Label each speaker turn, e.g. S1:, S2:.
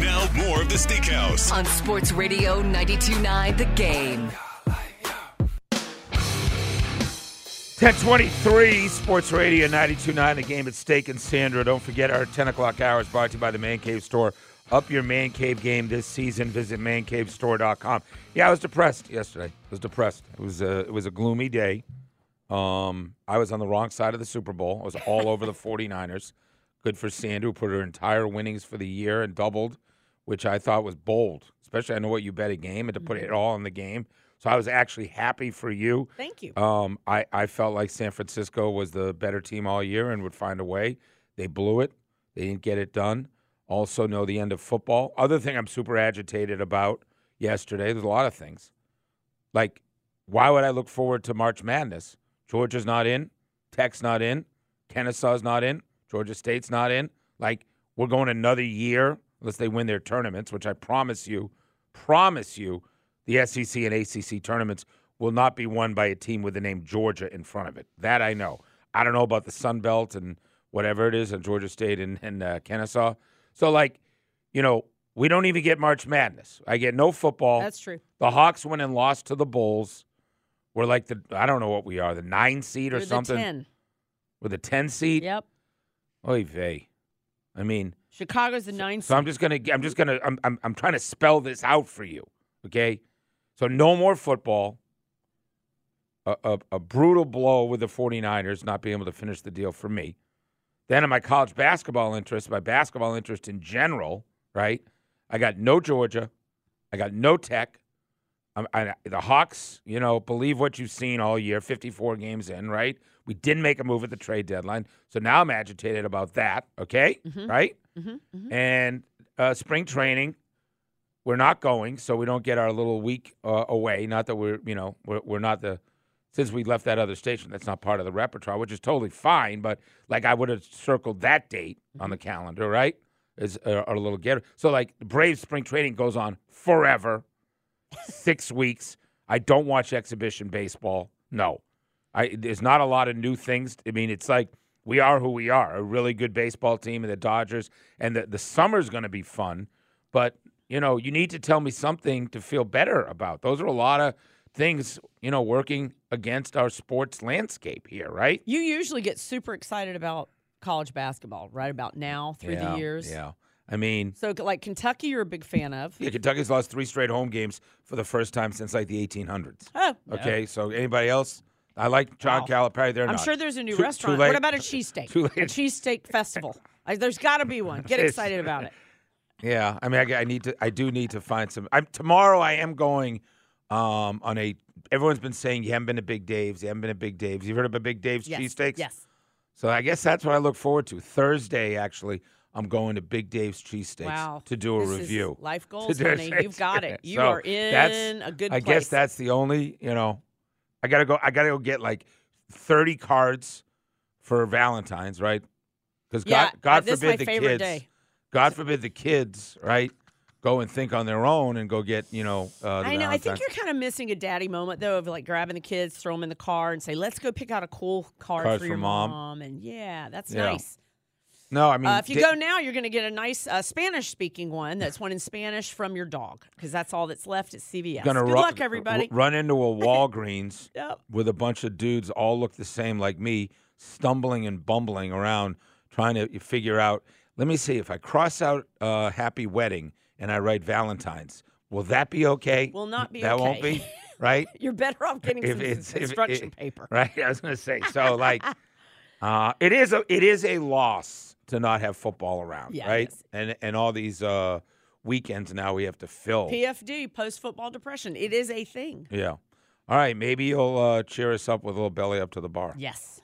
S1: Now, more of the Steakhouse.
S2: on Sports Radio 92.9 The Game.
S3: 1023 Sports Radio 929, the game at stake and Sandra. Don't forget our 10 o'clock hours brought to you by the Man Cave Store. Up your Man Cave game this season. Visit mancavestore.com. Yeah, I was depressed yesterday. I was depressed. It was a, it was a gloomy day. Um, I was on the wrong side of the Super Bowl. I was all over the 49ers. Good for Sandra, who put her entire winnings for the year and doubled, which I thought was bold, especially I know what you bet a game and to put it all in the game. So I was actually happy for you.
S4: Thank you.
S3: Um, I, I felt like San Francisco was the better team all year and would find a way. They blew it. They didn't get it done. Also know the end of football. Other thing I'm super agitated about yesterday, there's a lot of things. Like, why would I look forward to March Madness? Georgia's not in, Tech's not in, Kennesaw's not in, Georgia State's not in. Like, we're going another year unless they win their tournaments, which I promise you, promise you, the SEC and ACC tournaments will not be won by a team with the name Georgia in front of it. That I know. I don't know about the Sun Belt and whatever it is, and Georgia State and, and uh, Kennesaw. So, like, you know, we don't even get March Madness. I get no football.
S4: That's true.
S3: The Hawks went and lost to the Bulls. We're like the I don't know what we are, the nine seed or
S4: You're the
S3: something.
S4: 10.
S3: With a ten seed.
S4: Yep.
S3: Oy vey. I mean,
S4: Chicago's the nine.
S3: so I'm just gonna I'm just gonna I'm, I'm I'm trying to spell this out for you. Okay? So no more football. A, a, a brutal blow with the 49ers not being able to finish the deal for me. Then in my college basketball interest, my basketball interest in general, right? I got no Georgia. I got no tech. I'm, I, the Hawks, you know, believe what you've seen all year, 54 games in, right? We didn't make a move at the trade deadline. So now I'm agitated about that, okay? Right? And uh, spring training, we're not going, so we don't get our little week uh, away. Not that we're, you know, we're, we're not the, since we left that other station, that's not part of the repertoire, which is totally fine. But like I would have circled that date on the calendar, right? Is uh, our little get. So like the Braves spring training goes on forever six weeks. I don't watch exhibition baseball. No, I there's not a lot of new things. I mean, it's like we are who we are—a really good baseball team, and the Dodgers. And the the summer's going to be fun, but you know, you need to tell me something to feel better about. Those are a lot of things, you know, working against our sports landscape here, right?
S4: You usually get super excited about college basketball right about now through
S3: Yeah,
S4: the years.
S3: yeah. I mean,
S4: So like Kentucky, you're a big fan of.
S3: yeah, Kentucky's lost three straight home games for the first time since like the 1800s.
S4: Oh, no.
S3: Okay, so anybody else? I like John Calipari. They're
S4: I'm
S3: not.
S4: sure there's a new
S3: Too-
S4: restaurant.
S3: too late.
S4: What about a cheesesteak?
S3: Too
S4: A
S3: late.
S4: cheesesteak festival. I, there's got to be one. Get
S3: It's-
S4: excited about it.
S3: Yeah, I mean, I, g- I need to. I do need to find some. I'm tomorrow. I am going um, on a. Everyone's been saying you haven't been to Big Dave's. You haven't been to Big Dave's. You've heard of a Big Dave's
S4: Yes.
S3: cheesesteaks?
S4: Yes.
S3: So I guess that's what I look forward to. Thursday, actually, I'm going to Big Dave's cheesesteaks
S4: Wow.
S3: to do a
S4: This is
S3: review.
S4: life
S3: To
S4: goals,
S3: do a
S4: honey. You've got it.
S3: taste.
S4: You
S3: So
S4: are
S3: that's-
S4: in a good
S3: I
S4: place.
S3: guess that's the only. You know, I gotta go. I gotta go get like 30 cards for Valentine's, right? Because
S4: Yeah,
S3: God, God
S4: uh, this is my
S3: forbid the
S4: favorite
S3: kids.
S4: day.
S3: God forbid the kids, right? Go and think on their own and go get, you know, uh, the
S4: I know. I think
S3: Valentine's.
S4: you're kind of missing a daddy moment though of like grabbing the kids, throw them in the car, and say, "Let's go pick out a cool card
S3: Card
S4: for
S3: for
S4: your
S3: mom.
S4: And yeah, that's
S3: Yeah.
S4: nice.
S3: No, I mean,
S4: Uh, if you
S3: di-
S4: go now, you're going to get a nice uh, Spanish speaking one. That's one in Spanish from your dog because that's all that's left at CVS.
S3: gonna
S4: Good
S3: ru-
S4: luck, everybody.
S3: ru- run into a Walgreens
S4: Yep.
S3: with a bunch of dudes all look the same like me, stumbling and bumbling around trying to figure out. Let me see if I cross out uh, "Happy Wedding" and I write "Valentine's." Will that be okay?
S4: Will not be
S3: That won't
S4: okay.
S3: be right.
S4: You're better off getting some instruction
S3: it-
S4: paper.
S3: Right, I was going to say. So like, uh, it is a it is a loss to not have football around,
S4: Yeah, it
S3: right?
S4: is.
S3: And and all these uh, weekends now we have to fill.
S4: PFD, post football depression. It is a thing.
S3: yeah. All right, maybe you'll uh, cheer us up with a little belly up to the bar.
S4: Yes.